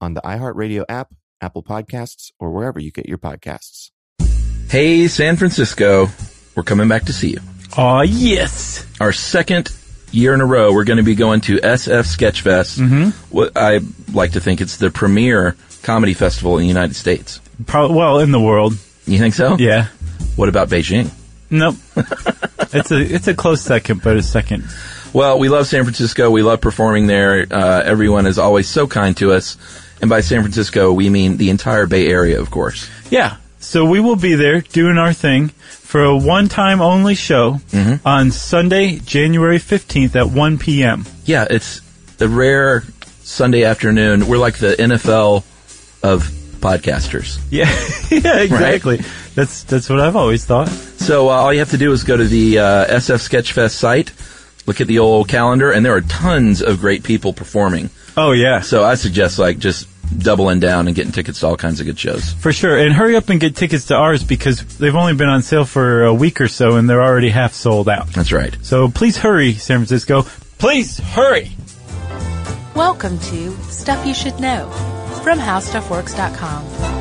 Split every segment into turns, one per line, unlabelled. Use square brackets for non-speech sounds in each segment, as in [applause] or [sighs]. on the iHeartRadio app, Apple Podcasts, or wherever you get your podcasts.
Hey, San Francisco. We're coming back to see you.
Aw, yes.
Our second year in a row, we're going to be going to SF Sketchfest. Mm-hmm. What I like to think it's the premier comedy festival in the United States.
Pro- well, in the [laughs] world.
You think so?
Yeah.
What about Beijing?
[laughs] Nope. it's a it's a close second, but a second.
Well, we love San Francisco. We love performing there. Uh, everyone is always so kind to us. And by San Francisco, we mean the entire Bay Area, of course.
Yeah. So we will be there doing our thing for a one time only show on Sunday, January 15th at 1 p.m.
Yeah, it's the rare Sunday afternoon. We're like the NFL of podcasters.
Yeah. [laughs] yeah, exactly. That's that's what I've always thought.
So uh, all you have to do is go to the uh, SF Sketchfest site, look at the old calendar, and there are tons of great people performing.
Oh yeah.
So I suggest like just doubling down and getting tickets to all kinds of good shows.
For sure. And hurry up and get tickets to ours because they've only been on sale for a week or so and they're already half sold out.
That's right.
So please hurry, San Francisco. Please hurry.
Welcome to Stuff You Should Know from HowStuffWorks.com.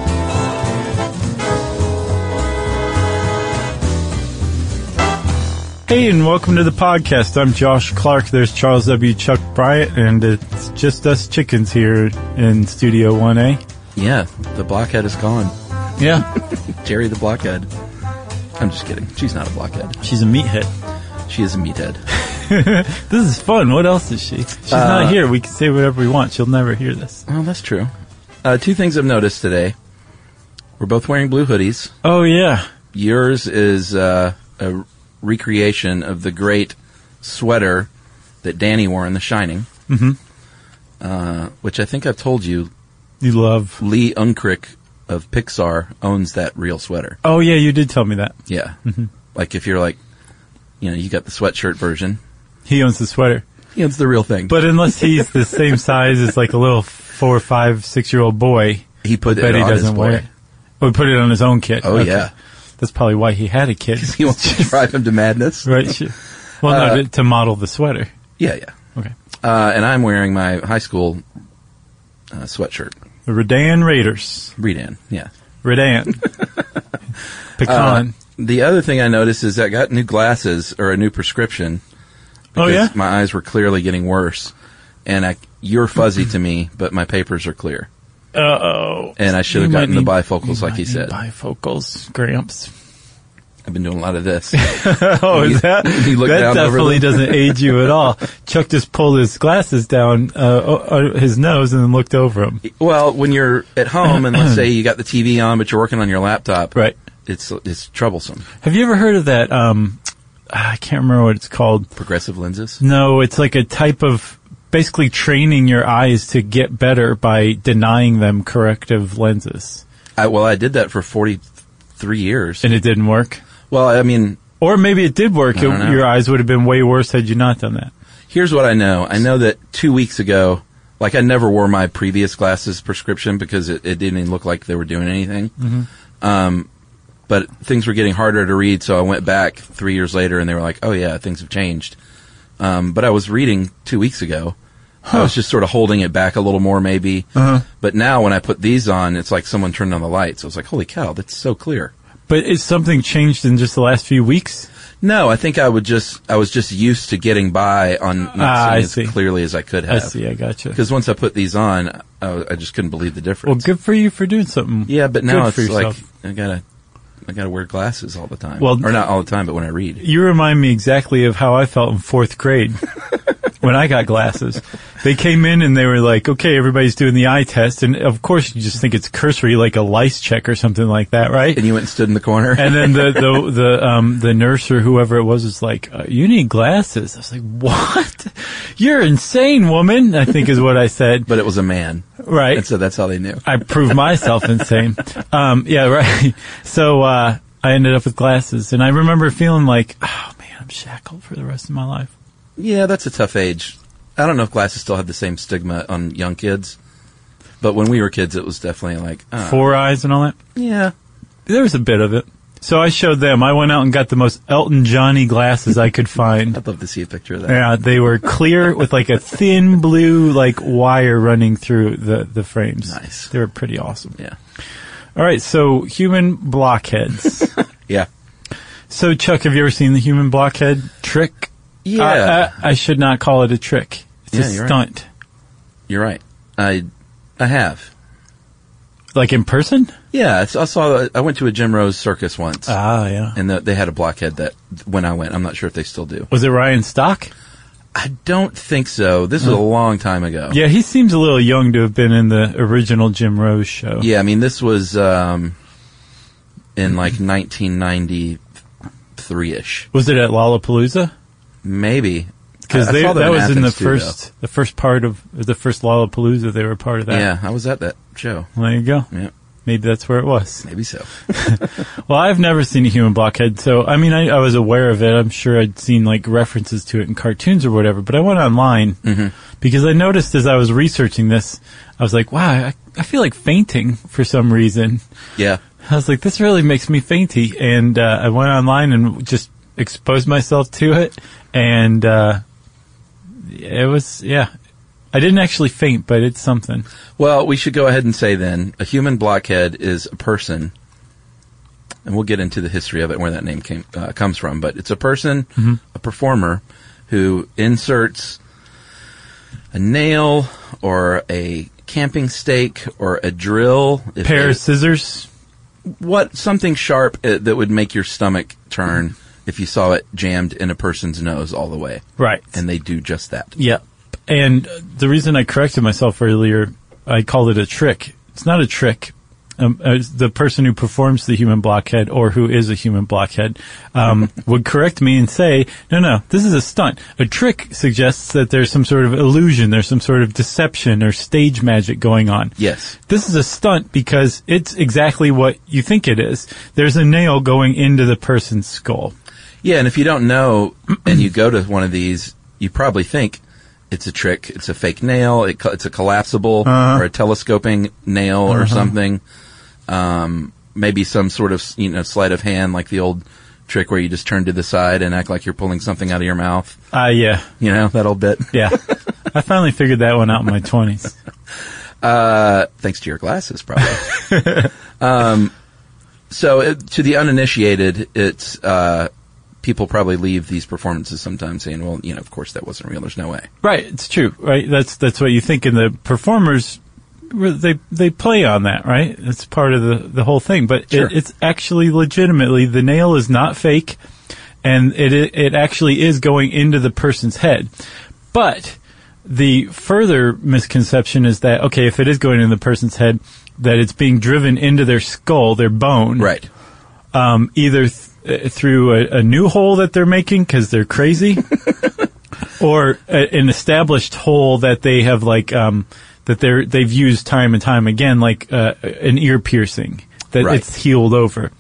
Hey, and welcome to the podcast. I'm Josh Clark. There's Charles W. Chuck Bryant, and it's just us chickens here in Studio 1A.
Yeah, the blockhead is gone.
Yeah.
Jerry the blockhead. I'm just kidding. She's not a blockhead.
She's a meathead.
She is a meathead.
[laughs] This is fun. What else is she? She's not here. We can say whatever we want. She'll never hear this.
[laughs] Oh, that's true. Uh, two things I've noticed today. We're both wearing blue hoodies.
Oh, yeah.
Yours is uh, a recreation of the great sweater that Danny wore in The Shining, mm-hmm. uh, which I think I've told you
You love.
Lee Unkrich of Pixar owns that real sweater.
Oh, yeah, you did tell me that.
Yeah, like if you're like, you know, you got the sweatshirt version.
He owns the sweater.
Yeah, it's the real thing.
But unless he's the same size as like a little four, five, six year old boy,
he put it
bet he
on his
doesn't wear
boy.
it. Oh, he put it on his own kid.
Oh,
Okay.
yeah.
That's probably why he had a kid.
He wants [laughs] to drive him to madness.
right. She, well,
Uh,
no, to, to model the sweater.
Yeah, yeah.
Okay.
Uh, and I'm wearing my high school uh, sweatshirt.
The Redan Raiders.
Redan. Yeah. [laughs]
Redan.
Uh,
Pecan.
The other thing I noticed is I got new glasses or a new prescription.
oh, yeah?
because My eyes were clearly getting worse, and I, you're fuzzy to me, but my papers are clear.
Uh-oh.
And I should have
You
gotten
might
the
need-
bifocals,
you
like he
might
said.
need
[laughs]
Bifocals. Gramps.
I've been doing a lot of this. [laughs]
Oh,
You- [laughs]
is that?
you look
that
down over [laughs]
definitely
them.
doesn't aid you at all. Chuck just pulled his glasses down uh, o- o- his nose and then looked over him.
well, when you're at home, and let's say you got the TV on, but you're working on your laptop,
Right.
It's it's troublesome.
Have you ever heard of that? Um, I can't remember what it's called.
Progressive lenses.
No, it's like a type of basically training your eyes to get better by denying them corrective lenses.
I, well, I did that for 43 years.
And it didn't work.
Well, I mean,
Or maybe it did work.
I don't
It-
know.
your eyes would have been way worse had you not done that.
Here's what I know. I know that two weeks ago, like I never wore my previous glasses prescription because it, it didn't even look like they were doing anything.
Mm-hmm.
Um, but things were getting harder to read, so I went back three years later and they were like, oh yeah, things have changed. Um, but I was reading two weeks ago. I was just sort of holding it back a little more maybe.
Uh-huh.
But now when I put these on, it's like someone turned on the lights. I was like, holy cow, that's so clear.
But is something changed in just the last few weeks?
No, I think I would just, I was just used to getting by on not
Ah,
seeing
I
as
see.
clearly as I could
I
have.
see. I gotcha.
Because once I put these on, I, I just couldn't believe the
Well,
difference.
good for you for doing something.
yeah, but now
good for
it's like
yourself.
I gotta, I gotta wear glasses all the time.
Well,
or not all the time, but when I read.
You remind me exactly of how I felt in fourth grade when I got glasses. They came in and they were like, okay, everybody's doing the eye test. And of course you just think it's cursory, like a lice check or something like that, right?
And you went and stood in the corner.
And then the, the, the, um, the nurse or whoever it was is like, uh, you need glasses. I was like, what? You're insane, woman, I think is what I
[laughs]
said.
but it was a man,
Right.
and so that's how they knew.
I proved myself insane. Um, yeah, right. [laughs] So uh, I ended up with glasses, and I remember feeling like, oh man, I'm shackled for the rest of my life.
Yeah, that's a tough age. I don't know if glasses still have the same stigma on young kids, but when we were kids, it was definitely like uh,
Four eyes and all that.
Yeah,
There was a bit of it. So I showed them. I went out and got the most Elton Johnny glasses I could find.
I'd love to see a picture of that.
Yeah, they were clear with like a thin blue like wire running through the the frames.
Nice.
They were pretty awesome.
Yeah,
All right, so human blockheads.
yeah,
so Chuck, have you ever seen the human blockhead trick?
yeah.
I, I, I should not call it a trick. It's a
Yeah, you're right.
stunt.
You're right. I, I have.
Like in person?
Yeah, I s- I saw. I went to a Jim Rose circus once,
Ah, yeah.
and the, they had a blockhead that when I went. I'm not sure if they still do.
Was it Ryan Stock?
I don't think so. This was a long time ago.
Hmm. Yeah, he seems a little young to have been in the original Jim Rose show.
Yeah, I mean, this was um, in like 1993 ish,
Was it at Lollapalooza?
maybe.
Because
I- I saw them
that was in the
Athens, too,
first uh, the first part of the first Lollapalooza. They were part of
though.
that.
Yeah, I was at that show.
Well, there you go.
Yeah,
Maybe that's where it was.
maybe so. [laughs]
Well, I've never seen a human blockhead, so I mean, I, I was aware of it. I'm sure I'd seen like references to it in cartoons or whatever, but I went online because I noticed as I was researching this, I was like, wow, I, I feel like fainting for some reason.
Yeah,
I was like, this really makes me fainty. And uh, I went online and just exposed myself to it. And uh, it was, yeah. I didn't actually faint, but it's something.
Well, we should go ahead and say then a human blockhead is a person, and we'll get into the history of it and where that name came uh, comes from. But it's a person, a performer, who inserts a nail or a camping stake or a drill, if
Pair of
it-
scissors.
what something sharp uh, that would make your stomach turn if you saw it jammed in a person's nose all the way,
Right.
and they do just that.
Yeah. And uh, the reason I corrected myself earlier, I called it a trick. It's not a trick. Um, uh, the person who performs the human blockhead or who is a human blockhead um, would correct me and say, no, no, this is a stunt. A trick suggests that there's some sort of illusion, there's some sort of deception or stage magic going on.
Yes.
This is a stunt because it's exactly what you think it is. There's a nail going into the person's skull.
Yeah, and if you don't know and you go to one of these, you probably think it's a trick. It's a fake nail. It, co- it's a collapsible or a telescoping nail or something. Um, maybe some sort of you know sleight of hand, like the old trick where you just turn to the side and act like you're pulling something out of your mouth.
Ah, yeah.
You know that old bit.
Yeah. I finally figured that one out in my 20s.
Uh, thanks to your glasses, probably. um, [laughs] so it, to the uninitiated, it's uh, people probably leave these performances sometimes saying, "Well, you know, of course that wasn't real. There's no way."
Right, it's true. Right, that's that's what you think, and the performers they they play on that. Right, it's part of the the whole thing. But
Sure.
it, it's actually legitimately the nail is not fake, and it it actually is going into the person's head. But the further misconception is that okay, if it is going into the person's head, that it's being driven into their skull, their bone,
Right.
um, either th- uh, through a, a new hole that they're making because they're [laughs] crazy, or a, an established hole that they have like um, that they're they've used time and time again, like uh, an ear piercing that
Right.
it's healed over.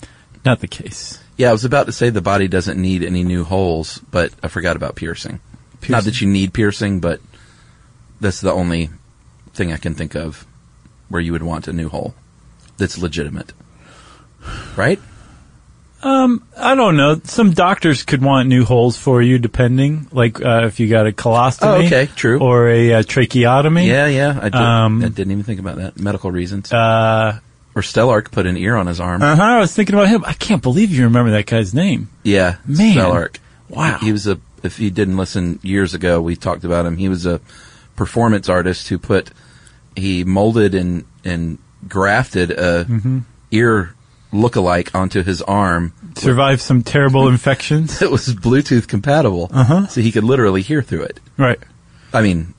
Not the case.
Yeah, I was about to say the body doesn't need any new holes, but I forgot about piercing. Not
Piercing.
that you need piercing, but that's the only thing I can think of where you would want a new hole that's legitimate. Right?
Um, I don't know. Some doctors could want new holes for you, depending, like uh, if you got a colostomy,
Oh, okay, true.
or a uh, tracheotomy.
Yeah, yeah. I, did,
Um,
I didn't even think about that. Medical reasons.
Uh,
Or Stellark put an ear on his arm.
Uh huh. I was thinking about him. I can't believe you remember that guy's name.
yeah,
Man.
Stellark.
Wow.
He, he was a. If you didn't listen years ago, we talked about him. He was a performance artist who put he molded and and grafted a
Mm-hmm.
ear lookalike onto his arm
Survived some terrible infections. [laughs]
that was Bluetooth compatible, uh-huh. so he could literally hear through it.
Right.
I mean,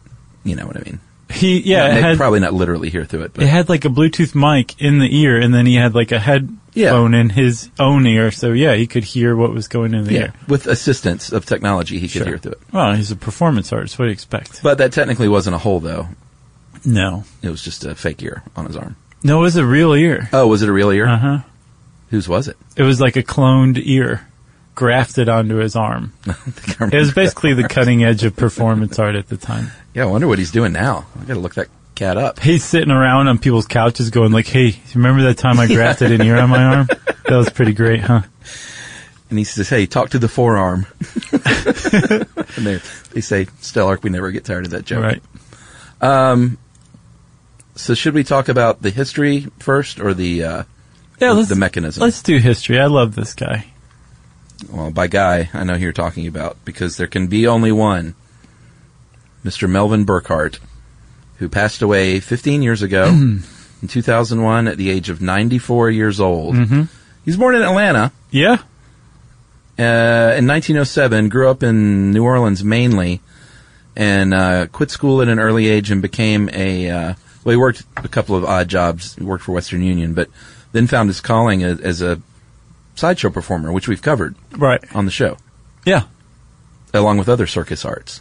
you know what I mean.
He yeah.
Not-
it had,
probably not literally hear through it, but
it had like a Bluetooth mic in the ear, and then he had like a headphone
Yeah.
in his own ear, so yeah, he could hear what was going in the
yeah,
ear.
with assistance of technology, he could hear through it.
Well, he's a performance artist. What do you expect?
But that technically wasn't a hole, though.
No.
It was just a fake ear on his arm.
No, it was a real ear.
Oh, was it a real ear?
Uh huh.
Whose was it?
It was like a cloned ear grafted onto his arm.
[laughs] The government-
It was basically the cutting edge of performance art at the time.
yeah, I wonder what he's doing now. I gotta look that cat up.
He's sitting around on people's couches going like, hey, remember that time I grafted an ear on my arm? That was pretty great, huh?
And he says, "Hey, talk to the forearm." [laughs] and they, they say, "Stellark, we never get tired of that joke."
Right.
So, should we talk about the history first, or the uh,
Yeah,
the-
let's,
the mechanism?
Let's do history. I love this guy.
well, by guy, I know who you're talking about because there can be only one, Mr. Melvin Burkhart, who passed away 15 years
[clears throat]
ago in 2001 at the age of 94 years old. Mm-hmm. He's born in Atlanta
Yeah.
uh, in 1907, grew up in New Orleans mainly, and uh, quit school at an early age and became a. Uh, well, he worked a couple of odd jobs. He worked for Western Union, but then found his calling as, as a sideshow performer, which we've covered
Right.
on the show,
Yeah.
along with other circus arts.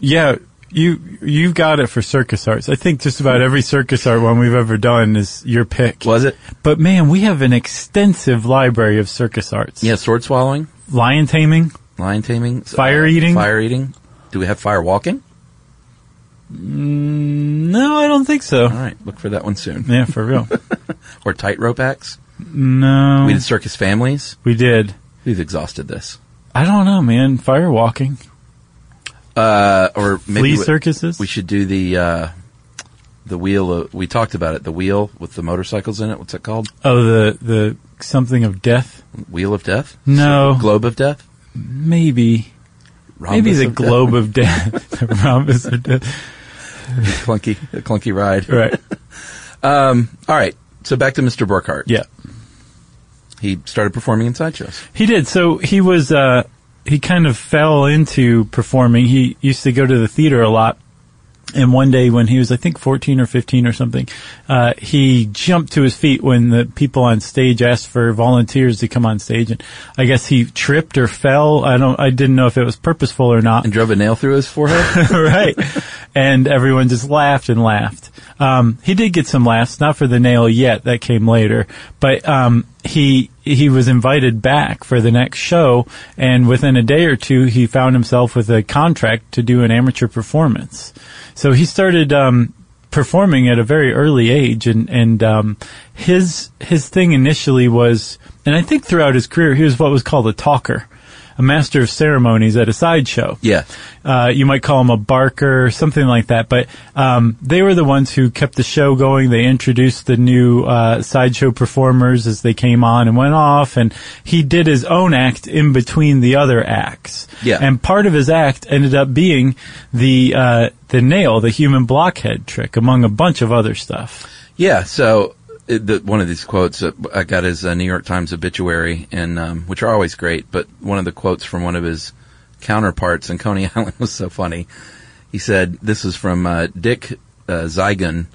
Yeah. You, you got it for circus arts. I think just about every circus art one we've ever done is your pick.
Was it?
But man, we have an extensive library of circus arts.
Yeah, sword swallowing,
Lion taming.
lion taming,
Fire eating?
Uh, fire eating. Do we have fire walking?
Mm, No, I don't think so.
All right, look for that one soon.
Yeah, for
[laughs]
real.
Or tightrope acts.
No,
We did circus families.
we did.
We've exhausted this.
I don't know, man. Firewalking,
Uh, or maybe
flea
we-
circuses.
We should do the uh, the wheel. Of, we talked about it. The wheel with the motorcycles in it. What's it called?
oh, the the something of death.
Wheel of death.
No,
Globe of death.
maybe maybe
Rhombus [laughs]
the
of
globe of death, [laughs] the rhombus of death.
death. clunky, a clunky ride. Um,
Right.
All right. So back to Mr. Burkhart.
Yeah,
He started performing in sideshows.
he did. So he was uh he kind of fell into performing. He used to go to the theater a lot. And one day when he was, I think, 14 or 15 or something, uh, he jumped to his feet when the people on stage asked for volunteers to come on stage. And I guess he tripped or fell. I don't, I didn't know if it was purposeful or not.
And drove a nail through his
[laughs]
forehead.
right. And everyone just laughed and laughed. Um, he did get some laughs, not for the nail yet. That came later, but, um, he, he was invited back for the next show. And within a day or two, he found himself with a contract to do an amateur performance. So he started, um, performing at a very early age and, and, um, his, his thing initially was, and I think throughout his career, he was what was called a talker, a master of ceremonies at a sideshow
yeah.
uh, you might call him a barker, something like that. But um, they were the ones who kept the show going. They introduced the new uh, sideshow performers as they came on and went off, and he did his own act in between the other acts.
Yeah.
And part of his act ended up being the uh, the nail, the human blockhead trick, among a bunch of other stuff.
Yeah. So it, the, one of these quotes uh, I got is a New York Times obituary, and um, which are always great. But one of the quotes from one of his counterparts in Coney [laughs] Island was so funny. He said, "This is from uh, Dick uh, Zygon.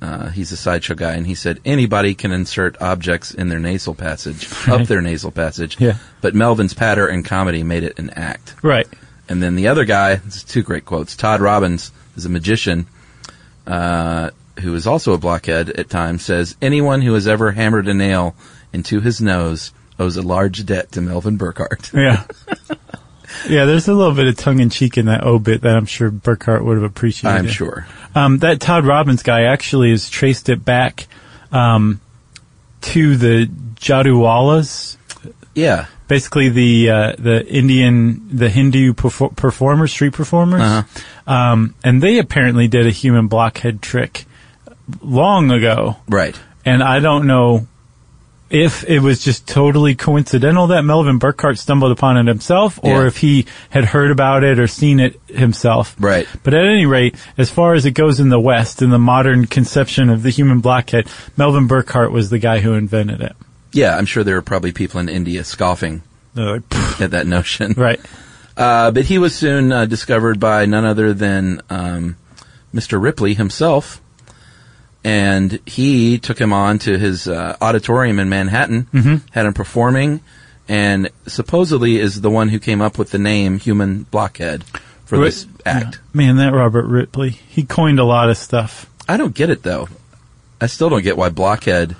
Uh, he's a sideshow guy, and he said anybody can insert objects in their nasal passage, up their nasal passage.
Yeah.
But Melvin's patter and comedy made it an act.
Right.
And then the other guy, this is two great quotes. Todd Robbins is a magician uh, who is also a blockhead at times. Says anyone who has ever hammered a nail into his nose owes a large debt to Melvin Burkhart.
Yeah. [laughs] Yeah, there's a little bit of tongue in cheek in that obit that I'm sure Burkhart would have appreciated.
I'm sure.
Um, that Todd Robbins guy actually has traced it back um, to the Jaduwalas,
Yeah,
basically the uh, the Indian, the Hindu perfor- performers, street performers, um, and they apparently did a human blockhead trick long ago.
right.
And I don't know if it was just totally coincidental that Melvin Burkhart stumbled upon it himself or
Yeah.
if he had heard about it or seen it himself.
Right.
But at any rate, as far as it goes in the West, in the modern conception of the human blockhead, Melvin Burkhart was the guy who invented it.
Yeah, I'm sure there were probably people in India scoffing
They're like, "Pfft."
at that [laughs] notion.
right.
Uh, but he was soon uh, discovered by none other than um, Mr. Ripley himself, and he took him on to his uh, auditorium in Manhattan, had him performing, and supposedly is the one who came up with the name Human Blockhead for
Ri-
this act.
Man, that Robert Ripley, he coined a lot of stuff.
I don't get it though. I still don't get why Blockhead.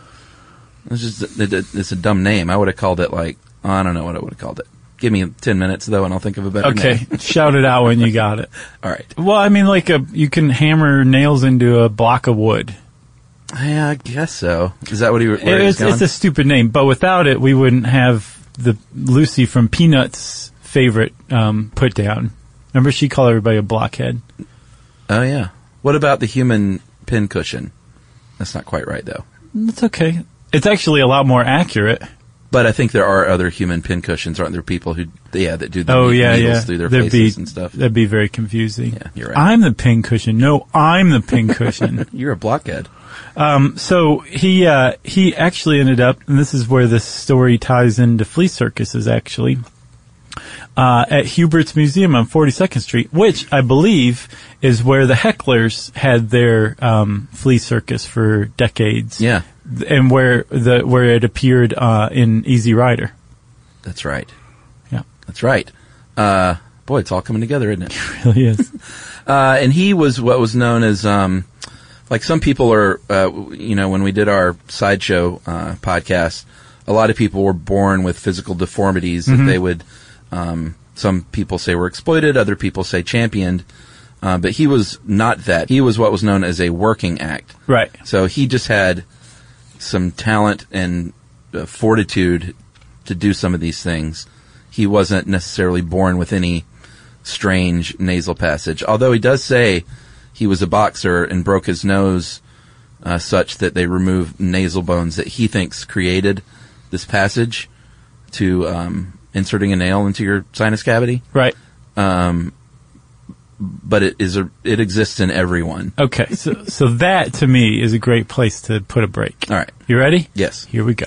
It's just it- it- it's a dumb name. I would have called it like I don't know what I would have called it. Give me ten minutes though, and I'll think of a better
Okay.
name.
[laughs] Shout it out when you got it.
All right.
Well, I mean, like a, you can hammer nails into a block of wood.
Yeah, I uh, guess so. Is that what he? Where he was
It's,
going?
it's a stupid name, but without it, we wouldn't have the Lucy from Peanuts favorite um, put down. Remember, she called everybody a blockhead.
oh yeah. What about the human pincushion? That's not quite right though.
That's okay. It's actually a lot more accurate.
But I think there are other human pincushions, aren't there? People who yeah that do the
oh
ne-
yeah,
needles
yeah.
through their
That'd
faces
be,
and stuff.
That'd be very confusing.
Yeah, you're right.
I'm the pincushion. No, I'm
[laughs]
the pincushion.
You're a blockhead.
so he uh, he actually ended up, and this is where this story ties into flea circuses actually. Uh, at Hubert's Museum on 42nd Street, which I believe is where the hecklers had their um, flea circus for decades.
Yeah,
and where the where it appeared uh, in Easy Rider.
that's right.
Yeah, [laughs]
That's right. Uh, boy, it's all coming together, isn't it?
really is.
Uh, and he was what was known as, um, like some people are, uh, w- you know, when we did our sideshow uh, podcast, a lot of people were born with physical deformities that they would. Um, some people say were exploited, other people say championed, uh, but he was not that. He was what was known as a working act.
right.
So he just had some talent and uh, fortitude to do some of these things. He wasn't necessarily born with any strange nasal passage, although he does say he was a boxer and broke his nose uh, such that they remove nasal bones that he thinks created this passage to um, inserting a nail into your sinus cavity.
Right.
But it is a, it exists in everyone.
Okay. So so that to me is a great place to put a break.
All right.
You ready?
Yes.
Here we go.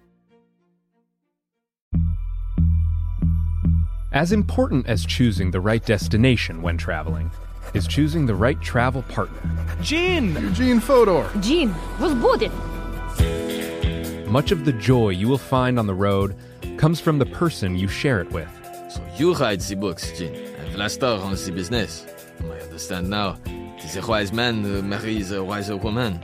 As important as choosing the right destination when traveling is choosing the right travel partner.
Eugene Fodor.
Gene, возбудит!
Much of the joy you will find on the road comes from the person you share it with.
So you write the books, Jean, and Vlastar runs the business. I understand now. It is a wise man who marries a wiser woman.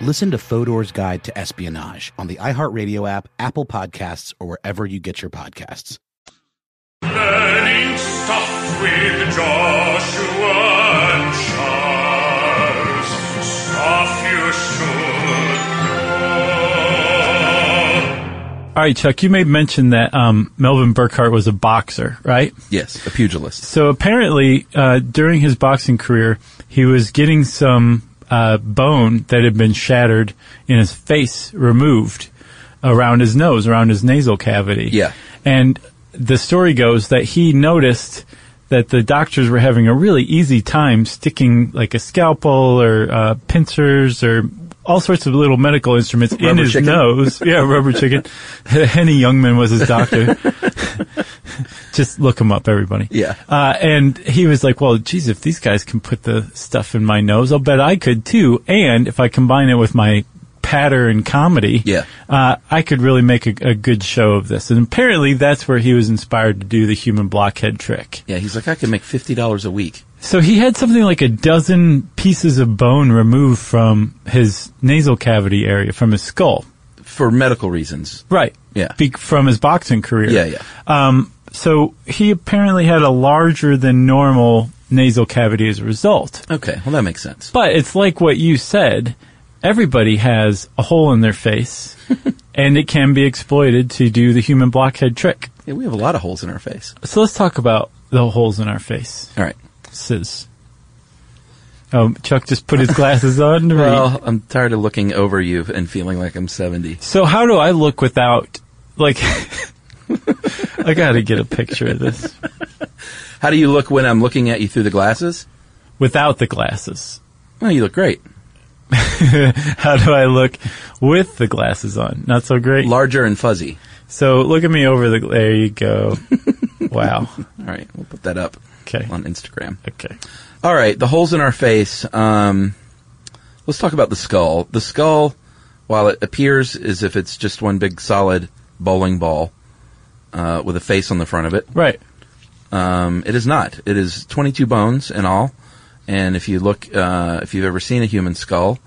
Listen to Fodor's Guide to Espionage on the iHeartRadio app, Apple Podcasts, or wherever you get your podcasts.
Learning stuff with Joshua and Charles. Stuff you should know.
All right, Chuck, you made mention that um, Melvin Burkhart was a boxer, right?
Yes, a pugilist.
So apparently, uh, during his boxing career, he was getting some uh, bone that had been shattered in his face removed around his nose, around his nasal cavity.
Yeah.
And the story goes that he noticed that the doctors were having a really easy time sticking like a scalpel or uh, pincers or all sorts of little medical instruments in
Rubber
his
chicken.
nose. Yeah, rubber chicken. [laughs] Henny Youngman was his doctor. [laughs] Just look him up, everybody.
Yeah.
Uh, and he was like, well, geez, if these guys can put the stuff in my nose, I'll bet I could too. And if I combine it with my patter and comedy,
Yeah.
uh, I could really make a, a good show of this. And apparently that's where he was inspired to do the human blockhead trick.
Yeah, he's like, I can make fifty dollars a week.
So he had something like a dozen pieces of bone removed from his nasal cavity area, from his skull.
For medical reasons.
Right.
Yeah.
Be- from his boxing career.
Yeah, yeah.
Um, so he apparently had a larger than normal nasal cavity as a result.
Okay, well that makes sense.
But it's like what you said. Everybody has a hole in their face, and it can be exploited to do the human blockhead trick.
Yeah, we have a lot of holes in our face.
So let's talk about [laughs] the holes in our face.
All right.
Sis. Um, Chuck just put his glasses on. to read.
Well, I'm tired of looking over you and feeling like I'm seventy.
So how do I look without, like, [laughs] I gotta get a picture of this.
How do you look when I'm looking at you through the glasses?
Without the glasses.
Well, you look great.
how do I look with the glasses on? Not so great.
Larger and fuzzy.
So look at me over the, there you go. wow.
All right, we'll put that up.
Okay.
On Instagram.
Okay.
All right, the holes in our face. Um, let's talk about the skull. The skull, while it appears as if it's just one big solid bowling ball uh, with a face on the front of it,
Right.
um, it is not. It is 22 bones in all. And if you look, uh, if you've ever seen a human skull,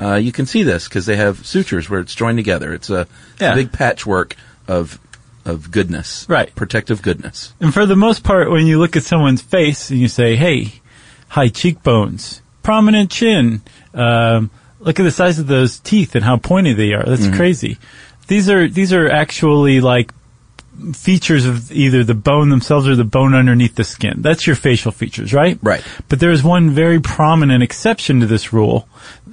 uh, you can see this because they have sutures where it's joined together. It's a, it's a
Yeah.
big patchwork of of goodness,
Right.
Protective goodness.
And for the most part, when you look at someone's face and you say, hey, high cheekbones, prominent chin, um, look at the size of those teeth and how pointy they are. That's crazy. These are, these are actually like features of either the bone themselves or the bone underneath the skin. That's your facial features, right?
Right.
But there is one very prominent exception to this rule,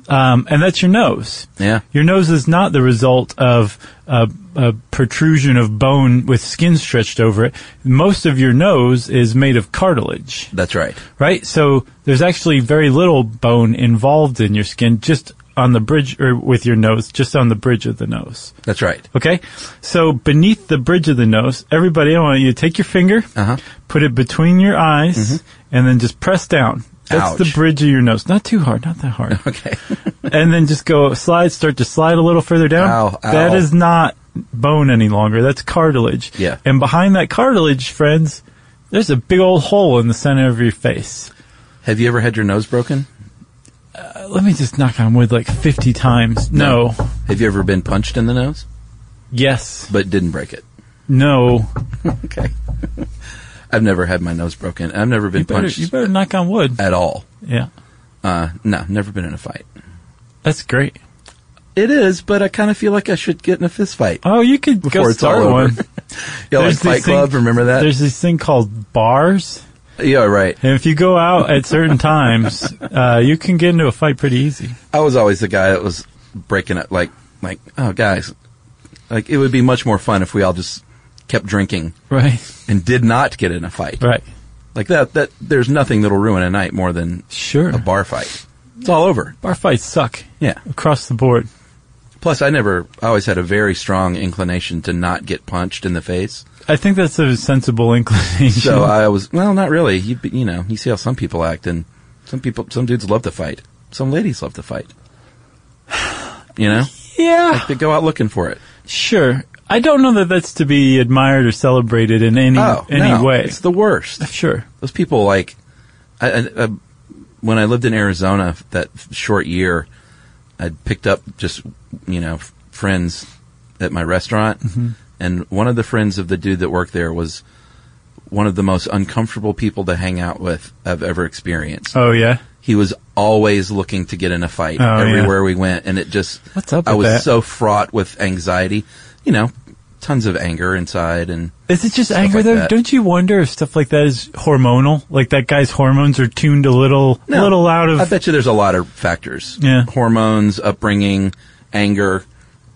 um, and that's your nose.
Yeah.
Your nose is not the result of a, a protrusion of bone with skin stretched over it. Most of your nose is made of cartilage,
That's right.
right? So there's actually very little bone involved in your skin, just on the bridge or with your nose, just on the bridge of the nose.
That's right.
Okay, so beneath the bridge of the nose, everybody, I want you to take your finger,
Uh-huh.
put it between your eyes, and then just press down. That's
Ouch.
the bridge of your nose. Not too hard, not that hard.
Mm-hmm. [laughs] Okay.
and then just go slide, start to slide a little further down.
Ow, ow.
That is not bone any longer. That's cartilage.
Yeah.
And behind that cartilage, friends, there's a big old hole in the center of your face.
Have you ever had your nose broken?
Uh, Let me just knock on wood like 50 times. No.
Have you ever been punched in the nose
Yes.
but didn't break it?
No.
Okay. I've never had my nose broken. I've never been
You better,
punched
you better knock on wood.
at all.
Yeah.
Uh, no, never been in a fight.
That's great.
It is, but I kind of feel like I should get in a fist fight.
Oh, you could
Before
go
it's all
start
over. [laughs]
one.
Yeah, like
There's
Fight
this thing-
Club. Remember that?
There's this thing called bars.
Yeah, right.
And if you go out
[laughs]
at certain times, uh, you can get into a fight pretty easy.
I was always the guy that was breaking up. Like, like, oh, guys, like it would be much more fun if we all just kept drinking
Right.
and did not get in a fight.
Right.
Like that. That there's nothing that'll ruin a night more than
Sure.
a bar fight. It's all over.
Bar fights suck
Yeah.
across the board.
Plus, I never. I always had a very strong inclination to not get punched in the face.
I think that's a sensible [laughs] inclination.
So uh, I was well, not really. You be- you know, you see how some people act, and some people, some dudes love to fight. Some ladies love to fight. [sighs] You
[sighs]
know,
yeah,
like they go out looking for it.
sure. I don't know that that's to be admired or celebrated in any
Oh,
any
no,
way.
it's the worst.
[laughs] Sure.
Those people uh, like, I, I, I, when I lived in Arizona that short year, I'd picked up just you know f- friends at my restaurant,
Mhm.
and one of the friends of the dude that worked there was one of the most uncomfortable people to hang out with I've ever experienced.
Oh, yeah?
he was always looking to get in a fight
Oh, yeah.
everywhere we went, and it just
What's up
I
with
was
that?
so fraught with anxiety, you know, tons of anger inside, and
Is it just
stuff
anger
like
though?
that.
Don't you wonder if stuff like that is hormonal? Like that guy's hormones are tuned a little,
No.
little out of.
I bet you there's a lot of factors.
Yeah.
Hormones, upbringing, anger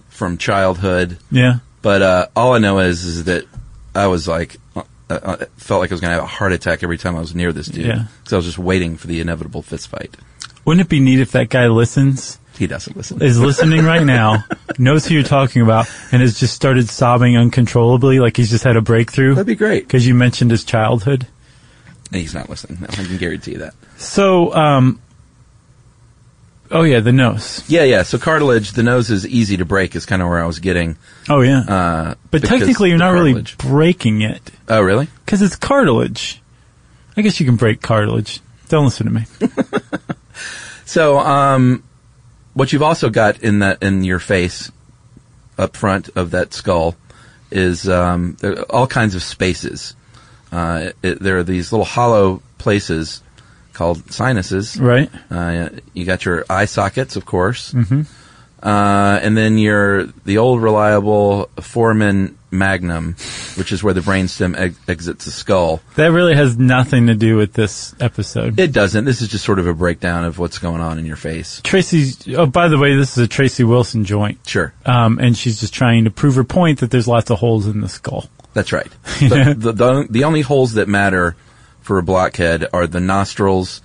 from childhood.
Yeah.
But uh, all I know is is that I was like, uh, uh, it felt like I was going to have a heart attack every time I was near this dude.
Yeah.
Because I was just waiting for the inevitable fist fight.
Wouldn't it be neat if that guy listens?
He doesn't listen.
Is listening right
[laughs]
now, knows who you're talking about, and has just started sobbing uncontrollably, like he's just had a breakthrough. That'd
be great.
Because you mentioned his childhood.
And he's not listening. No, I can guarantee you that.
So, um, oh yeah, the nose.
Yeah, yeah. So cartilage, the nose is easy to break, is kind of where I was getting.
Oh yeah.
Uh,
But
because
technically, you're
the
not
cartilage-
really breaking it
Oh, really?
because it's cartilage. I guess you can break cartilage. Don't listen to me.
So, um, what you've also got in that in your face, up front of that skull, is um, there are all kinds of spaces. Uh, it, there are these little hollow places called sinuses.
Right.
Uh, you got your eye sockets, of course,
Mhm.
uh, and then your the old reliable foramen magnum, which is where the brainstem ex- exits the skull.
That really has nothing to do with this episode.
It doesn't. This is just sort of a breakdown of what's going on in your face.
Tracy's. Oh, by the way, this is a Tracy Wilson joint.
Sure.
Um, and she's just trying to prove her point that there's lots of holes in the skull.
That's right.
You
the, the, the, the only holes that matter for a blockhead are the nostrils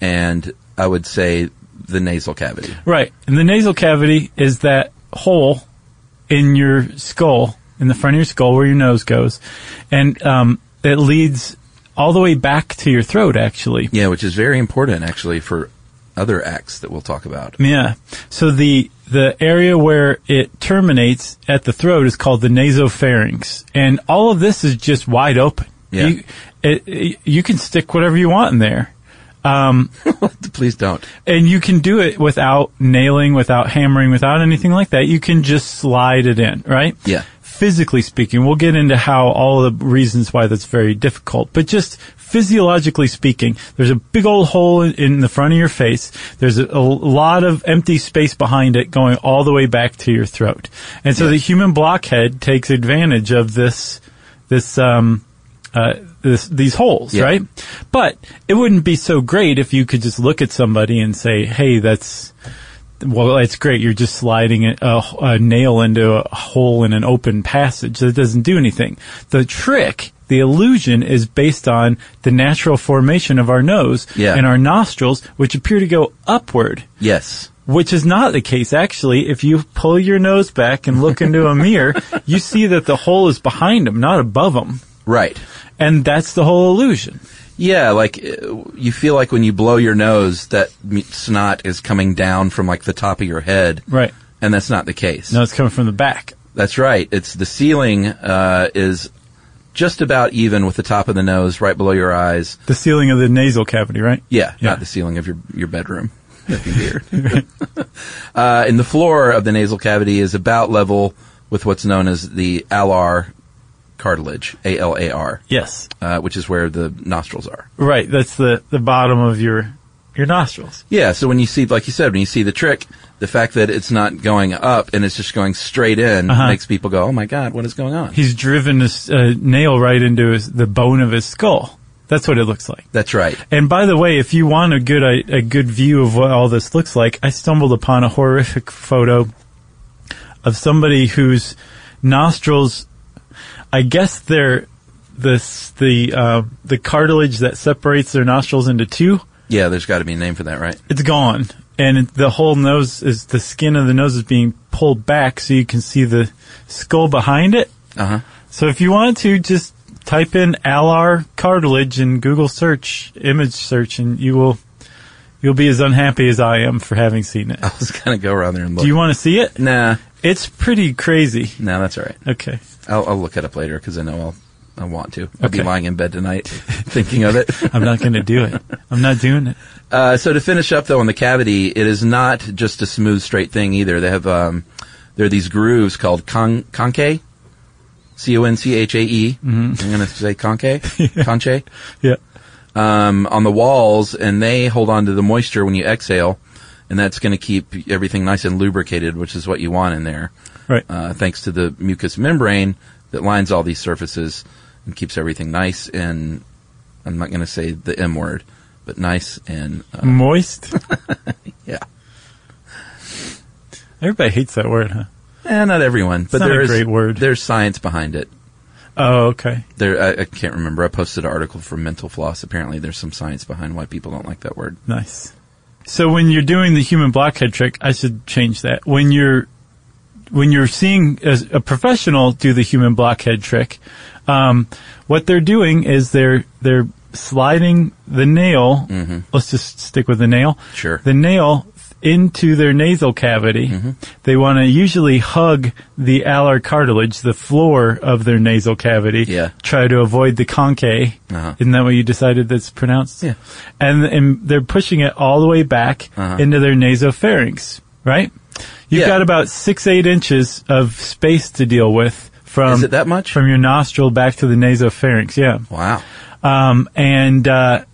and I would say the nasal cavity.
Right. And the nasal cavity is that hole in your skull, in the front of your skull where your nose goes. And um, it leads all the way back to your throat, actually.
[laughs] Yeah, which is very important actually for other acts that we'll talk about.
Yeah. So the the area where it terminates at the throat is called the nasopharynx, and all of this is just wide open.
Yeah.
You, it, it- you can stick whatever you want in there. Um,
[laughs] Please don't.
And you can do it without nailing, without hammering, without anything like that. You can just slide it in, right?
Yeah.
Physically speaking, we'll get into how all the reasons why that's very difficult, but just physiologically speaking, there's a big old hole in, in the front of your face. There's a, a lot of empty space behind it going all the way back to your throat. And so the human blockhead takes advantage of this, this, um, uh, this, these holes,
Yeah.
right? But it wouldn't be so great if you could just look at somebody and say, "Hey, that's well, that's great. You're just sliding a, a, a nail into a hole in an open passage. That doesn't do anything." The trick, the illusion, is based on the natural formation of our nose
Yeah.
and our nostrils, which appear to go upward.
Yes.
Which is not the case, actually. If you pull your nose back and look into a mirror, [laughs] you see that the hole is behind them, not above them.
Right.
And that's the whole illusion.
Yeah, like uh, you feel like when you blow your nose that m- snot is coming down from like the top of your head.
Right.
And that's not the case.
No, it's coming from the back.
That's right. It's the ceiling uh, is just about even with the top of the nose, right below your eyes.
The ceiling of the nasal cavity, right?
Yeah, not the ceiling of your your bedroom. That'd be weird. [laughs] uh, and the floor of the nasal cavity is about level with what's known as the alar cartilage, A L A R.
Yes.
uh, which is where the nostrils are.
Right. That's the, the bottom of your your nostrils.
Yeah, so when you see, like you said, when you see the trick, the fact that it's not going up and it's just going straight in
Uh-huh.
makes people go, "Oh my god, what is going on?"
He's driven this uh, nail right into his, the bone of his skull. That's what it looks like.
That's right.
And by the way, if you want a good a, a good view of what all this looks like, I stumbled upon a horrific photo of somebody whose nostrils, I guess they're this the uh, the cartilage that separates their nostrils into two.
Yeah, there's got to be a name for that, right?
It's gone, and it- the whole nose is the skin of the nose is being pulled back, so you can see the skull behind it.
Uh huh.
So if you want to, just type in alar cartilage in Google search, image search, and you will you'll be as unhappy as I am for having seen
[laughs]
it.
I was gonna go around there and look.
Do you want to see it?
Nah,
it's pretty crazy.
No, that's all right.
Okay.
I'll, I'll look it up later because I know I'll I want to. I'll be
Okay.
lying in bed tonight [laughs] thinking of
[laughs]
it.
I'm not going to do it. I'm not doing it.
Uh, so to finish up though on the cavity, it is not just a smooth straight thing either. They have um, there are these grooves called con- conchae, C O N C H A E. I'm
Mhm.
going to say conchae, conchae.
[laughs] Yeah.
Um, on the walls, and they hold on to the moisture when you exhale, and that's going to keep everything nice and lubricated, which is what you want in there.
Right.
Uh, thanks to the mucous membrane that lines all these surfaces and keeps everything nice and I'm not going to say the M word, but nice and uh,
Mm. Moist.
yeah.
Everybody hates that word, huh?
Eh, not everyone,
It's
but
not
there
a
is
great word.
There's science behind it.
Oh, okay.
There, I, I can't remember. I posted an article from Mental Floss. Apparently, there's some science behind why people don't like that word.
Nice. So when you're doing the human blockhead trick, I should change that. When you're when you're seeing a, a professional do the human blockhead trick, um, what they're doing is they're they're sliding the nail. Let's just stick with the nail.
Sure. Mm-hmm.
The nail into their nasal cavity. They want to usually hug the alar cartilage, the floor of their nasal cavity. Yeah. Try to avoid the conchae.
Uh-huh.
Isn't that what you decided that's pronounced? Yeah. And, and they're pushing it all the way back
Uh-huh.
into their nasopharynx, right? You've got about six, eight inches of space to deal with from
Is it that much?
um, From your nostril back to the nasopharynx, yeah.
Wow.
Um, and uh,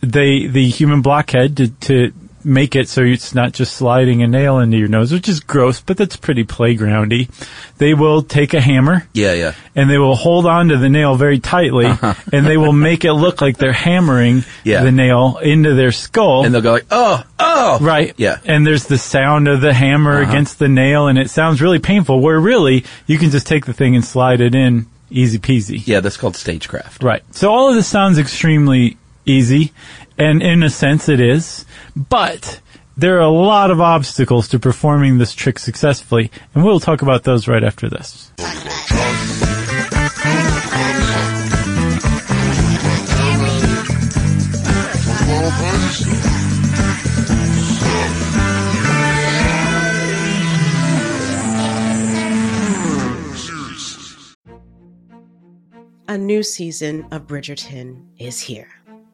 they the human blockhead to, to make it so it's not just sliding a nail into your nose, which is gross, but that's pretty playgroundy. They will take a hammer
Yeah, yeah. Uh-huh.
and they will hold on to the nail very tightly and they will make it look like they're hammering
[laughs] Yeah.
the nail into their skull. And
they'll go like, oh, oh.
Right.
Yeah.
And there's the sound of the hammer
Uh-huh.
against the nail and it sounds really painful where really you can just take the thing and slide it in easy peasy.
Yeah, that's called stagecraft.
Right. So all of this sounds extremely easy, and in a sense it is, but there are a lot of obstacles to performing this trick successfully, and we'll talk about those right after this.
A new season of Bridgerton is here.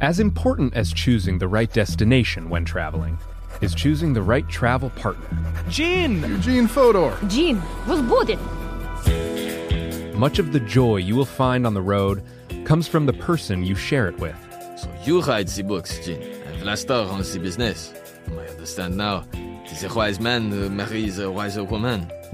As important as choosing the right destination when traveling is choosing the right travel partner.
Gene! Eugene Fodor! Gene was booted!
Much of the joy you will find on the road comes from the person you share it with.
You hide the books, Jin, and Vlastar on the business. I understand now. Tis a wise man who marries a wiser woman.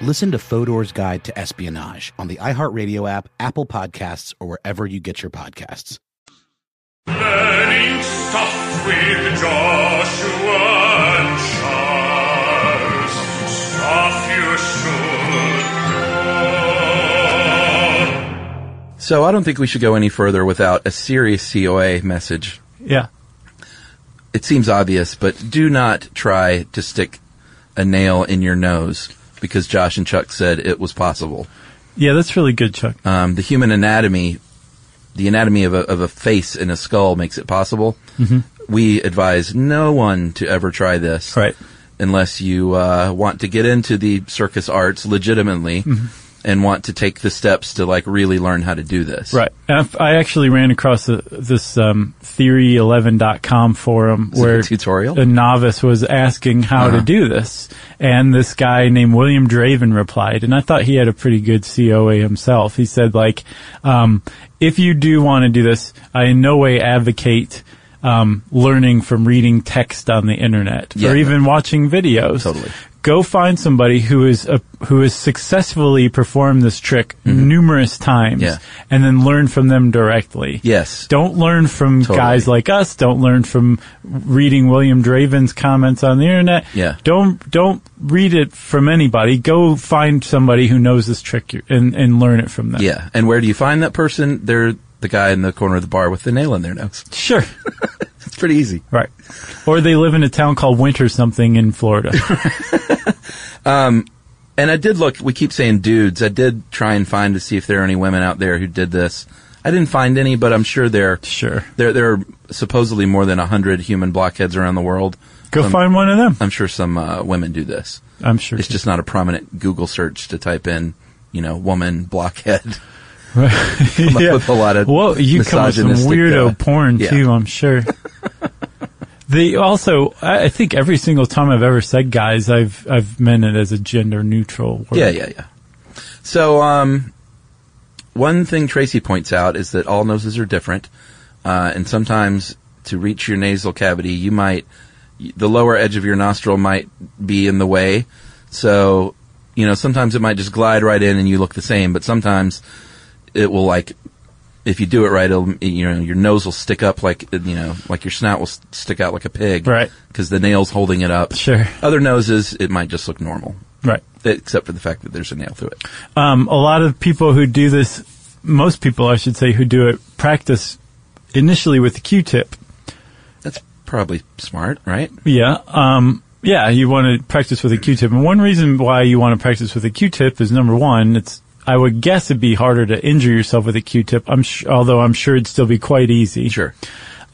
Listen to Fodor's Guide to Espionage on the iHeartRadio app, Apple Podcasts, or wherever you get your podcasts.
Learning stuff with Joshua and Charles. Stuff you should know.
So I don't think we should go any further without a serious COA message.
Yeah.
It seems obvious, but do not try to stick a nail in your nose because Josh and Chuck said it was possible.
Yeah, that's really good, Chuck.
Um, the human anatomy, the anatomy of a, of a face and a skull makes it possible.
Mhm.
we advise no one to ever try this,
right?
Unless you uh, want to get into the circus arts legitimately
Mhm.
and want to take the steps to like really learn how to do this.
Right. And I've- I actually ran across the, this um, theory11.com forum
Is it a
where
tutorial?
a novice was asking how
Uh-huh.
to do this. And this guy named William Draven replied, and I thought he had a pretty good COA himself. He said, like, um, if you do want to do this, I in no way advocate um, learning from reading text on the internet
Yeah.
or even watching videos. Totally. Go find somebody who is a, who has successfully performed this trick numerous times
Mm-hmm. Yeah.
and then learn from them directly.
Yes.
Don't learn from
Totally.
guys like us. Don't learn from reading William Draven's comments on the internet.
Yeah.
Don't don't read it from anybody. Go find somebody who knows this trick you- and and learn it from them.
Yeah. And where do you find that person? They're the guy in the corner of the bar with the nail in their nose.
Sure.
[laughs] it's pretty easy.
Right. Or they live in a town called Winter something in Florida.
[laughs] Um, and I did look. We keep saying dudes. I did try and find to see if there are any women out there who did this. I didn't find any, but I'm sure there.
Sure.
There, there are supposedly more than hundred human blockheads around the world. Um,
Go
Some-
find one of them.
I'm sure some uh, women do this.
I'm sure
It's just not a prominent Google search to type in, you know, woman blockhead. [laughs]
[laughs] come
up with a lot of
Whoa, you come up with some
misogynistic,
weirdo
uh,
porn
yeah.
too. I'm sure. they also, I I think every single time I've ever said guys, I've I've meant it as a gender neutral word.
Yeah, yeah, yeah. So, um, one thing Tracy points out is that all noses are different, uh, and sometimes to reach your nasal cavity, you might the lower edge of your nostril might be in the way. So, you know, sometimes it might just glide right in and you look the same, but sometimes it will like if you do it right, it'll you know your nose will stick up like you know like your snout will s- stick out like a pig,
Right.
Because the nail's holding it up.
Sure.
Other noses, it might just look normal,
[laughs] Right.
Except for the fact that there's a nail through it.
Um, a lot of people who do this, most people I should say who do it, practice initially with the Q-tip.
That's probably smart, right?
Yeah. Um, yeah, you want to practice with a Q-tip. And one reason why you want to practice with a Q-tip is number one, it's, I would guess it'd be harder to injure yourself with a Q-tip. I'm sh- although I'm sure it'd still be quite easy.
Sure.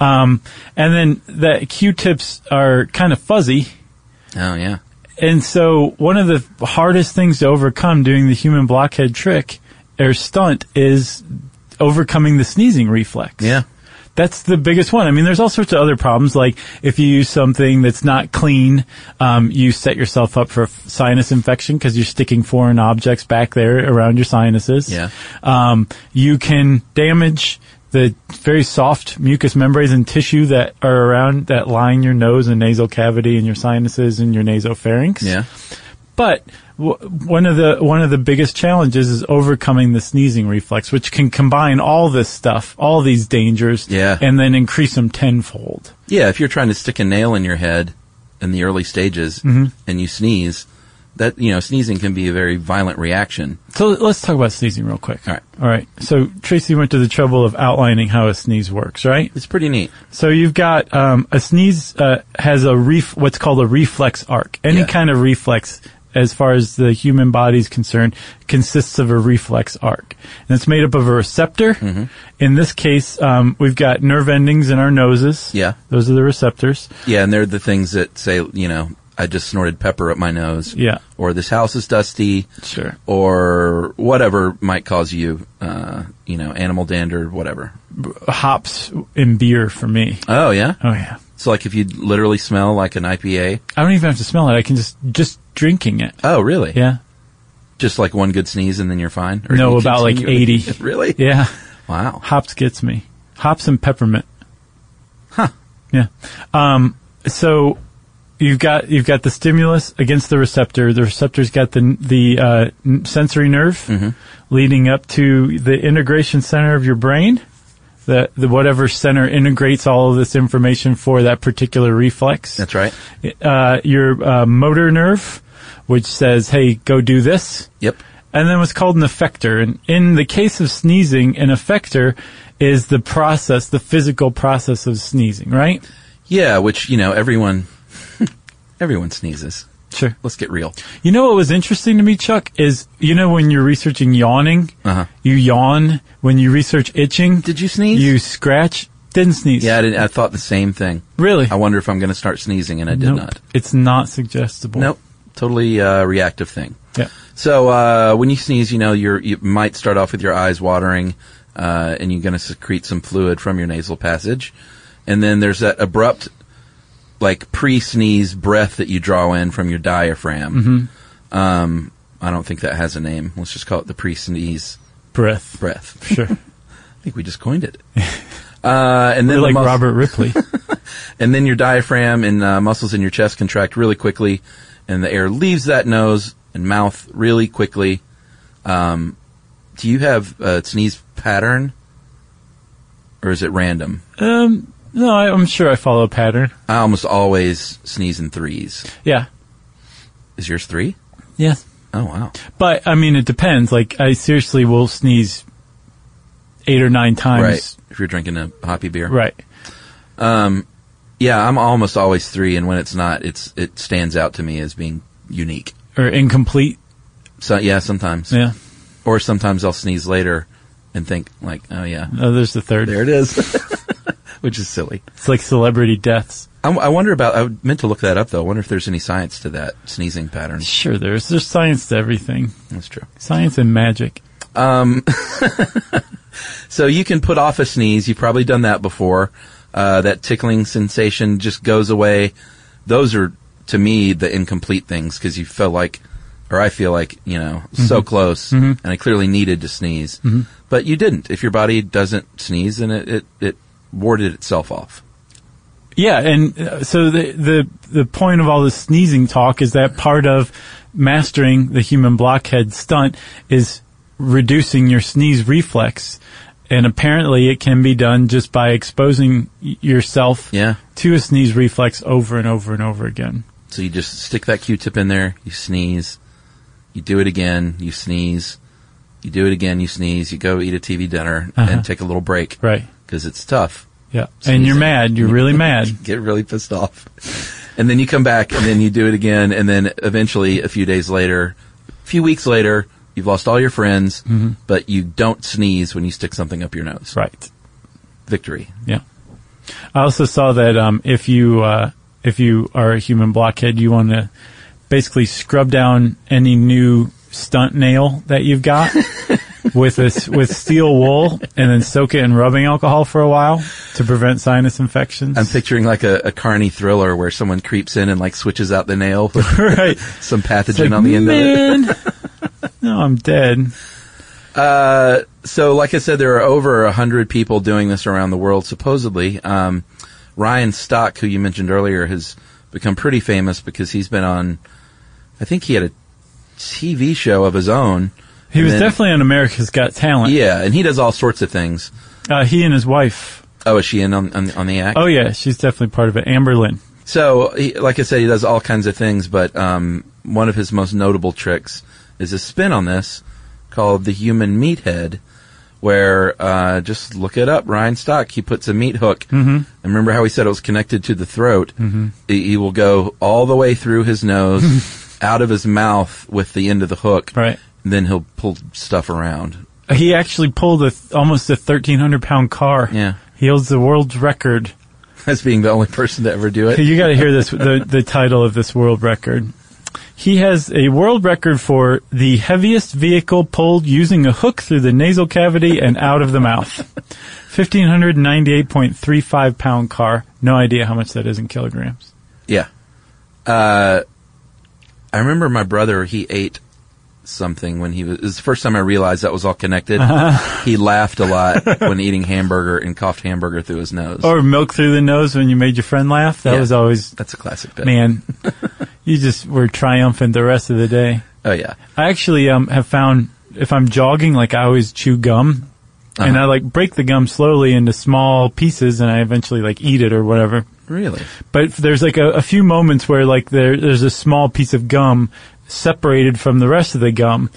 Um, and then the Q-tips are kind of fuzzy.
Oh yeah.
And so one of the hardest things to overcome doing the human blockhead trick or stunt is overcoming the sneezing reflex. Yeah. That's the biggest one. I mean, there's all sorts of other problems. Like if you use something that's not clean, um, you set yourself up for sinus infection because you're sticking foreign objects back there around your sinuses.
Yeah.
Um, you can damage the very soft mucous membranes and tissue that are around that line your nose and nasal cavity and your sinuses and your nasopharynx.
Yeah.
But w- one of the one of the biggest challenges is overcoming the sneezing reflex, which can combine all this stuff, all these dangers,
Yeah.
and then increase them tenfold.
Yeah, if you're trying to stick a nail in your head in the early stages
Mhm.
and you sneeze, that you know, sneezing can be a very violent reaction.
So let's talk about sneezing real quick.
All right.
All right. So Tracy went to the trouble of outlining how a sneeze works, right?
It's pretty neat.
So you've got um, a sneeze uh, has a ref- what's called a reflex arc. Any kind of reflex, as far as the human body is concerned, consists of a reflex arc, and it's made up of a receptor. In this case, um, we've got nerve endings in our noses.
Yeah.
Those are the receptors.
Yeah, and they're the things that say, you know, I just snorted pepper up my nose.
Yeah.
Or this house is dusty.
Sure.
Or whatever might cause you, uh, you know, animal dander, whatever.
Hops in beer for me.
Oh yeah.
Oh yeah.
So like if you literally smell like an IPA.
I don't even have to smell it. I can just just drinking it.
Oh really?
Yeah.
Just like one good sneeze and then you're fine. Or
no,
you
about like
continue-
eighty.
[laughs] really?
Yeah.
Wow.
Hops gets me. Hops and peppermint. Huh. Yeah. Um, so you've got you've got the stimulus against the receptor. The receptor's got the the uh, n- sensory nerve
Mm-hmm.
leading up to the integration center of your brain. The, the whatever center integrates all of this information for that particular reflex.
That's right.
Uh, your uh, motor nerve, which says, "Hey, go do this."
Yep.
And then what's called an effector. And in the case of sneezing, an effector is the process, the physical process of sneezing, right?
Yeah, which you know everyone, [laughs] everyone sneezes.
Sure.
Let's get real.
You know what was interesting to me, Chuck, is you know when you're researching yawning,
Uh-huh.
you yawn. When you research itching, did
you sneeze?
You scratch. Didn't sneeze.
Yeah, I, didn't, I thought the same thing.
Really?
I wonder if I'm going to start sneezing, and I did
Nope.
not.
It's not suggestible.
Nope. Totally uh, reactive thing.
Yeah.
So uh, when you sneeze, you know you're, you might start off with your eyes watering, uh, and you're going to secrete some fluid from your nasal passage, and then there's that abrupt, like pre-sneeze breath that you draw in from your diaphragm.
Mm-hmm.
Um, I don't think that has a name. Let's just call it the pre-sneeze
Breath.
Breath. [laughs]
Sure.
I think we just coined
[laughs]
it. Uh, and then
We're
the
like
mus-
Robert
[laughs]
Ripley.
and then your diaphragm and uh, muscles in your chest contract really quickly, and the air leaves that nose and mouth really quickly. Um, do you have a sneeze pattern, or is it random?
Um, no, I, I'm sure I follow a pattern.
I almost always sneeze in threes.
Yeah.
Is yours three?
Yes.
Oh wow.
But I mean, it depends. Like, I seriously will sneeze eight or nine
Right.
times.
If you're drinking a hoppy beer.
Right.
Um, yeah, I'm almost always three, and when it's not, it's it stands out to me as being unique.
Or incomplete.
So yeah, sometimes.
Yeah.
Or sometimes I'll sneeze later and think like, oh yeah,
Oh, there's the third.
There it is. [laughs] which is silly.
It's like celebrity deaths.
I, I wonder about. I meant to look that up though. I wonder if there's any science to that sneezing pattern.
Sure, there's there's science to everything.
That's true.
Science and magic.
Um, so you can put off a sneeze. You've probably done that before. Uh, that tickling sensation just goes away. Those are, to me, the incomplete things because you feel like, or I feel like, you know, so
Mhm.
close
Mhm.
and I clearly needed to sneeze,
Mhm.
but you didn't. If your body doesn't sneeze, then it, it, it warded itself off.
Yeah, and uh, so the the the point of all this sneezing talk is that part of mastering the human blockhead stunt is reducing your sneeze reflex, and apparently it can be done just by exposing y- yourself
Yeah.
to a sneeze reflex over and over and over again.
So you just stick that Q-tip in there, you sneeze, you do it again, you sneeze, you do it again, you sneeze, you go eat a TV dinner
Uh-huh.
and take a little break.
Right.
Because it's tough. [laughs]
Yeah, and you're mad. You're [laughs] really mad.
Get really pissed off. And then you come back and then you do it again and then eventually a few days later, a few weeks later, you've lost all your friends,
Mhm.
but you don't sneeze when you stick something up your nose.
Right.
Victory.
Yeah. I also saw that um, if you uh, if you are a human blockhead, you want to basically scrub down any new stunt nail that
[laughs]
you've got with a s with steel wool, and then soak it in rubbing alcohol for a while to prevent sinus infections.
I'm picturing like a, a carny thriller where someone creeps in and like switches out the nail with
[laughs] right.
some pathogen
It's like,
on the end of it.
Man, [laughs] no, I'm dead.
Uh, so, like I said, there are over a hundred people doing this around the world, supposedly. Um, Ryan Stock, who you mentioned earlier, has become pretty famous because he's been on. I think he had a TV show of his own.
He
And
was
then-
definitely on America's Got Talent.
yeah, and he does all sorts of things.
Uh, he and his wife.
Oh, is she in on on, on the act?
Oh yeah, she's definitely part of it. Amber Lynn.
So, he, like I said, he does all kinds of things, but um, one of his most notable tricks is a spin on this called the human meathead, where uh, just look it up. Ryan Stock, he puts a meat hook.
Mhm.
And remember how he said it was connected to the throat?
Mhm.
He, he will go all the way through his nose, out of his mouth with the end of the hook.
Right.
And then he'll pull stuff around. [laughs]
He actually pulled a th- almost a 1,300 pound car.
Yeah.
He holds the world's record.
As being the only person to ever do it.
You got to hear this the, the title of this world record. He has a world record for the heaviest vehicle pulled using a hook through the nasal cavity and out of the mouth. 1,598.35 pound car. No idea how much that is in kilograms.
Yeah. Uh, I remember my brother, he ate something when he was, it was the first time I realized that was all
[laughs]
connected. he laughed a lot when eating hamburger and coughed hamburger through his nose.
Or milk through the nose when you made your friend laugh. That
Yeah.
was always.
That's a classic bit. [laughs]
Man, you just were triumphant the rest of the day.
Oh, yeah.
I actually um, have found if I'm jogging, like I always chew gum, and
Uh-huh.
I like break the gum slowly into small pieces, and I eventually like eat it or whatever.
Really?
But if there's like a, a few moments where like there, there's a small piece of gum separated from the rest of the gum,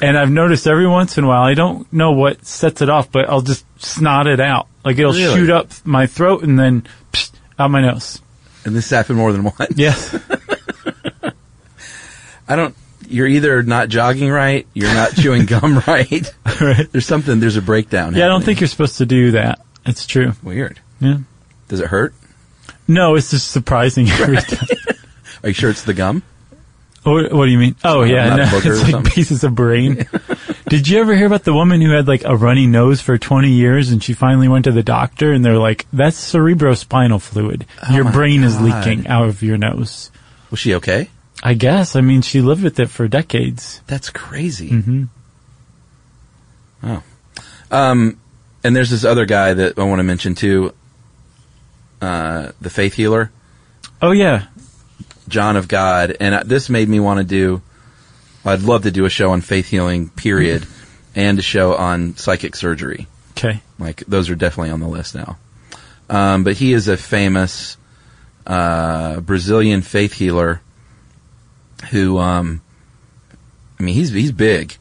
and I've noticed every once in a while I don't know what sets it off, but I'll just snot it out, like it'll
Really?
shoot up my throat and then psh, out my nose.
And this happened more than once.
Yes.
I don't, you're either not jogging right, you're not chewing gum [laughs] right.
[laughs] Right.
There's something, there's a breakdown.
Yeah, I don't think you're supposed to do that. It's true.
Weird.
Yeah.
Does it
[laughs]
hurt?
No, it's just surprising every time.
Are you sure it's the gum?
What, what do you mean? Oh yeah,
Not
no,
a booger or
it's like
something?
pieces of brain. Did you ever hear about the woman who had like a runny nose for 20 years and she finally went to the doctor and they're like, that's cerebrospinal fluid. your
my
brain is
God.
leaking out of your nose.
Was she okay?
I guess. I mean, she lived with it for decades.
That's crazy.
hmm
Oh. Um, and there's this other guy that I want to mention too. Uh, the faith healer,
Oh yeah.
John of God, and uh, this made me want to do. I'd love to do a show on faith healing, period, and a show on psychic surgery.
Mm-hmm. Okay.
Like those are definitely on the list now. Um, but he is a famous uh, Brazilian faith healer who, um, I mean, he's he's big.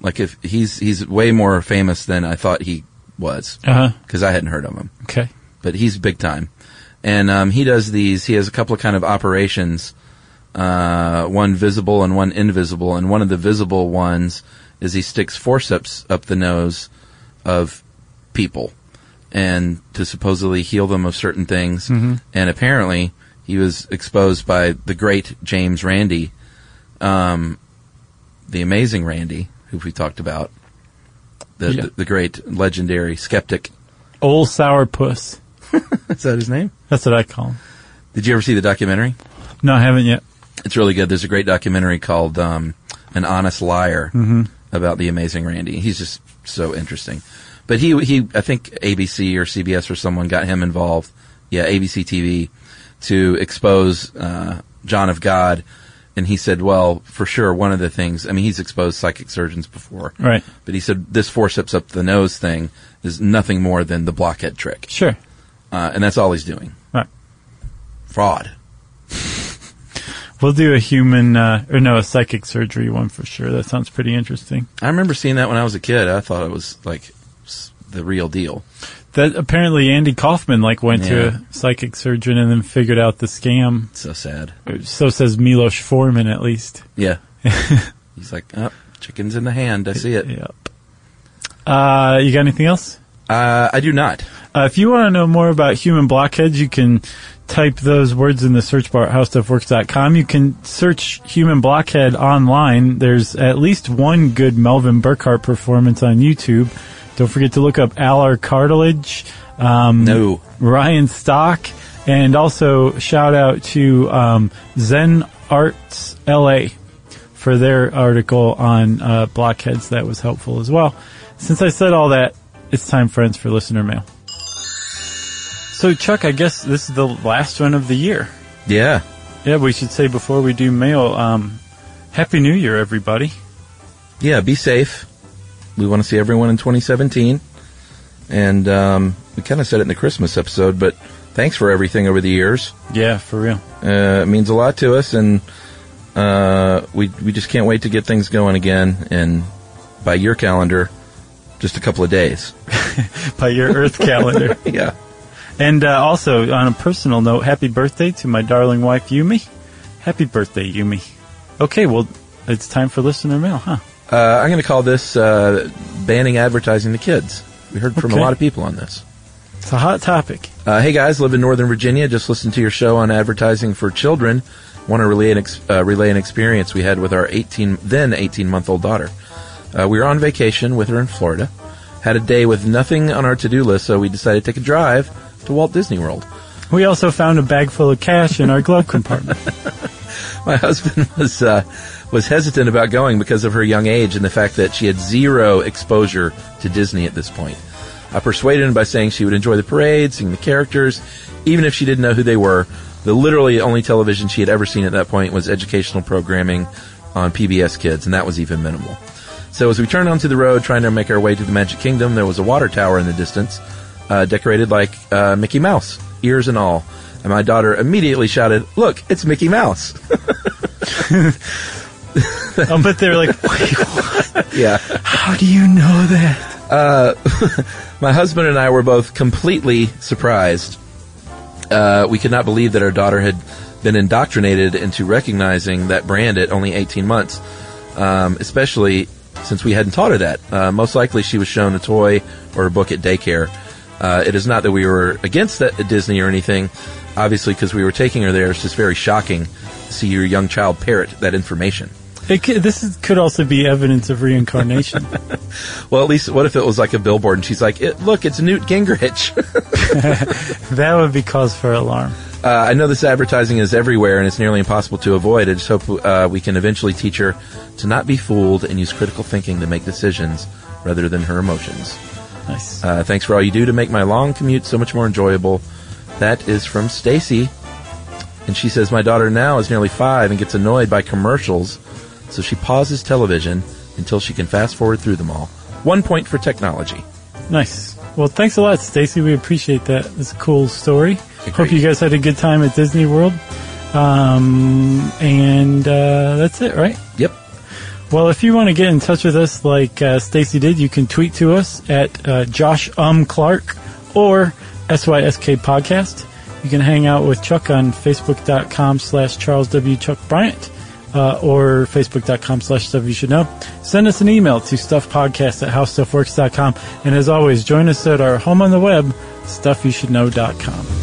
Like if he's he's way more famous than I thought he was
Uh-huh.
because I hadn't heard of him.
Okay.
but he's big time, and um, he does these. He has a couple of kind of operations, uh, one visible and one invisible. And one of the visible ones is he sticks forceps up the nose of people, and to supposedly heal them of certain things.
Mhm.
And apparently, he was exposed by the great James Randy, um, the amazing Randy, who we talked about, the,
Yeah.
the, the great legendary skeptic.
Old sourpuss.
Is that his name?
That's what I call him.
Did you ever see the documentary?
No, I haven't yet.
It's really good. There's a great documentary called um, "An Honest Liar"
Mhm.
about the amazing Randy. He's just so interesting. But he, he, I think ABC or CBS or someone got him involved. Yeah, ABC TV to expose uh, John of God, and he said, "Well, for sure, one of the things. I mean, he's exposed psychic surgeons before,
Right.
But he said this forceps up the nose thing is nothing more than the blockhead trick,
Sure.
uh, and that's all he's doing.
Right.
Fraud.
We'll do a human, uh, or no, a psychic surgery one for sure. That sounds pretty interesting.
I remember seeing that when I was a kid. I thought it was like s- the real deal.
That apparently Andy Kaufman like went to
Yeah.
a psychic surgeon and then figured out the scam.
So sad.
So says Milos Forman at least. [laughs]
Yeah. He's like, oh, chicken's in the hand. I see it.
Yep. Uh, you got anything else?
Uh, I do not.
Uh, if you want to know more about human blockheads, you can type those words in the search bar at howstuffworks.com. You can search human blockhead online. There's at least one good Melvin Burkhart performance on YouTube. Don't forget to look up Alar Cartilage. Um,
no.
Ryan Stock. And also shout out to um, Zen Arts LA for their article on uh, blockheads. That was helpful as well. Since I said all that, it's time, friends, for listener mail. So, Chuck, I guess this is the last one of the year.
Yeah.
Yeah, we should say before we do mail, um, Happy New Year, everybody.
Yeah, be safe. We want to see everyone in 2017. And um, we kind of said it in the Christmas episode, but thanks for everything over the years.
Yeah, for real.
Uh, it means a lot to us, and uh, we we just can't wait to get things going again. And by your calendar, just a couple of days.
By your Earth calendar.
[laughs] yeah.
[laughs] And uh, also, on a personal note, happy birthday to my darling wife, Yumi. Happy birthday, Yumi. Okay, well, it's time for listener mail, huh?
Uh, I'm going to call this uh, banning advertising to kids. We heard from a
Okay.
lot of people on this.
It's a hot topic.
Uh, hey guys, live in Northern Virginia. Just listened to your show on advertising for children. Want to relay an ex- uh, relay an experience we had with our 18 then 18 month old daughter. Uh, we were on vacation with her in Florida. Had a day with nothing on our to do list, so we decided to take a drive to Walt Disney World.
We also found a bag full of cash in our [laughs] glove compartment.
[laughs] My husband was uh, was hesitant about going because of her young age and the fact that she had zero exposure to Disney at this point. I persuaded him by saying she would enjoy the parade, seeing the characters, even if she didn't know who they were. The literally only television she had ever seen at that point was educational programming on PBS Kids, and that was even minimal. So as we turned onto the road, trying to make our way to the Magic Kingdom, there was a water tower in the distance, uh, decorated like uh, Mickey Mouse, ears and all. And my daughter immediately shouted, "Look, it's Mickey Mouse!"
um, but they're like,
yeah.
How do you know that?
Uh, my husband and I were both completely surprised. Uh, we could not believe that our daughter had been indoctrinated into recognizing that brand at only 18 months, um, especially since we hadn't taught her that. Uh, most likely, she was shown a toy or a book at daycare. Uh, it is not that we were against that, Disney or anything, obviously, because we were taking her there. It's just very shocking to see your young child parrot that information.
It could, this is, could also be evidence of [laughs] reincarnation.
Well, at least what if it was like a billboard and she's like, it, "Look, it's Newt Gingrich." [laughs]
that would be cause for alarm.
Uh, I know this advertising is everywhere and it's nearly impossible to avoid. I just hope uh, we can eventually teach her to not be fooled and use critical thinking to make decisions rather than her emotions.
Nice.
Uh, thanks for all you do to make my long commute so much more enjoyable. That is from Stacy, and she says my daughter now is nearly five and gets annoyed by commercials, so she pauses television until she can fast forward through them all. One point for technology.
Nice. Well, thanks a lot, Stacy. We appreciate that. It's a cool story. Hope you guys had a good time at Disney World. Um, and uh, that's it, right?
Yep.
Well, if you want to get in touch with us like uh, Stacy did, you can tweet to us at uh, Josh Um Clark or SYSK Podcast. You can hang out with Chuck on Facebook.com slash Charles W. Chuck Bryant uh, or Facebook.com slash Stuff You Should Know. Send us an email to StuffPodcast at HowStuffWorks.com. And as always, join us at our home on the web, StuffYouShouldKnow.com.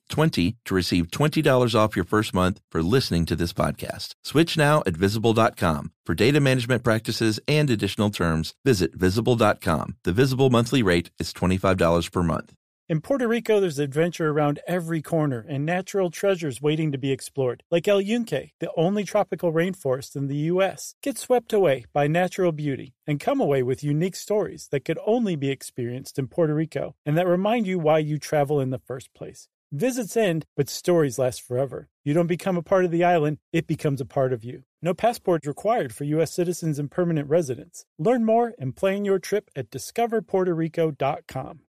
to receive $20 off your first month for listening to this podcast. Switch now at visible.com. For data management practices and additional terms, visit visible.com. The visible monthly rate is $25 per month.
In Puerto Rico, there's adventure around every corner and natural treasures waiting to be explored, like El Yunque, the only tropical rainforest in the U.S. Get swept away by natural beauty and come away with unique stories that could only be experienced in Puerto Rico and that remind you why you travel in the first place. Visits end, but stories last forever. You don't become a part of the island, it becomes a part of you. No passport required for U.S. citizens and permanent residents. Learn more and plan your trip at discoverpuertorico.com.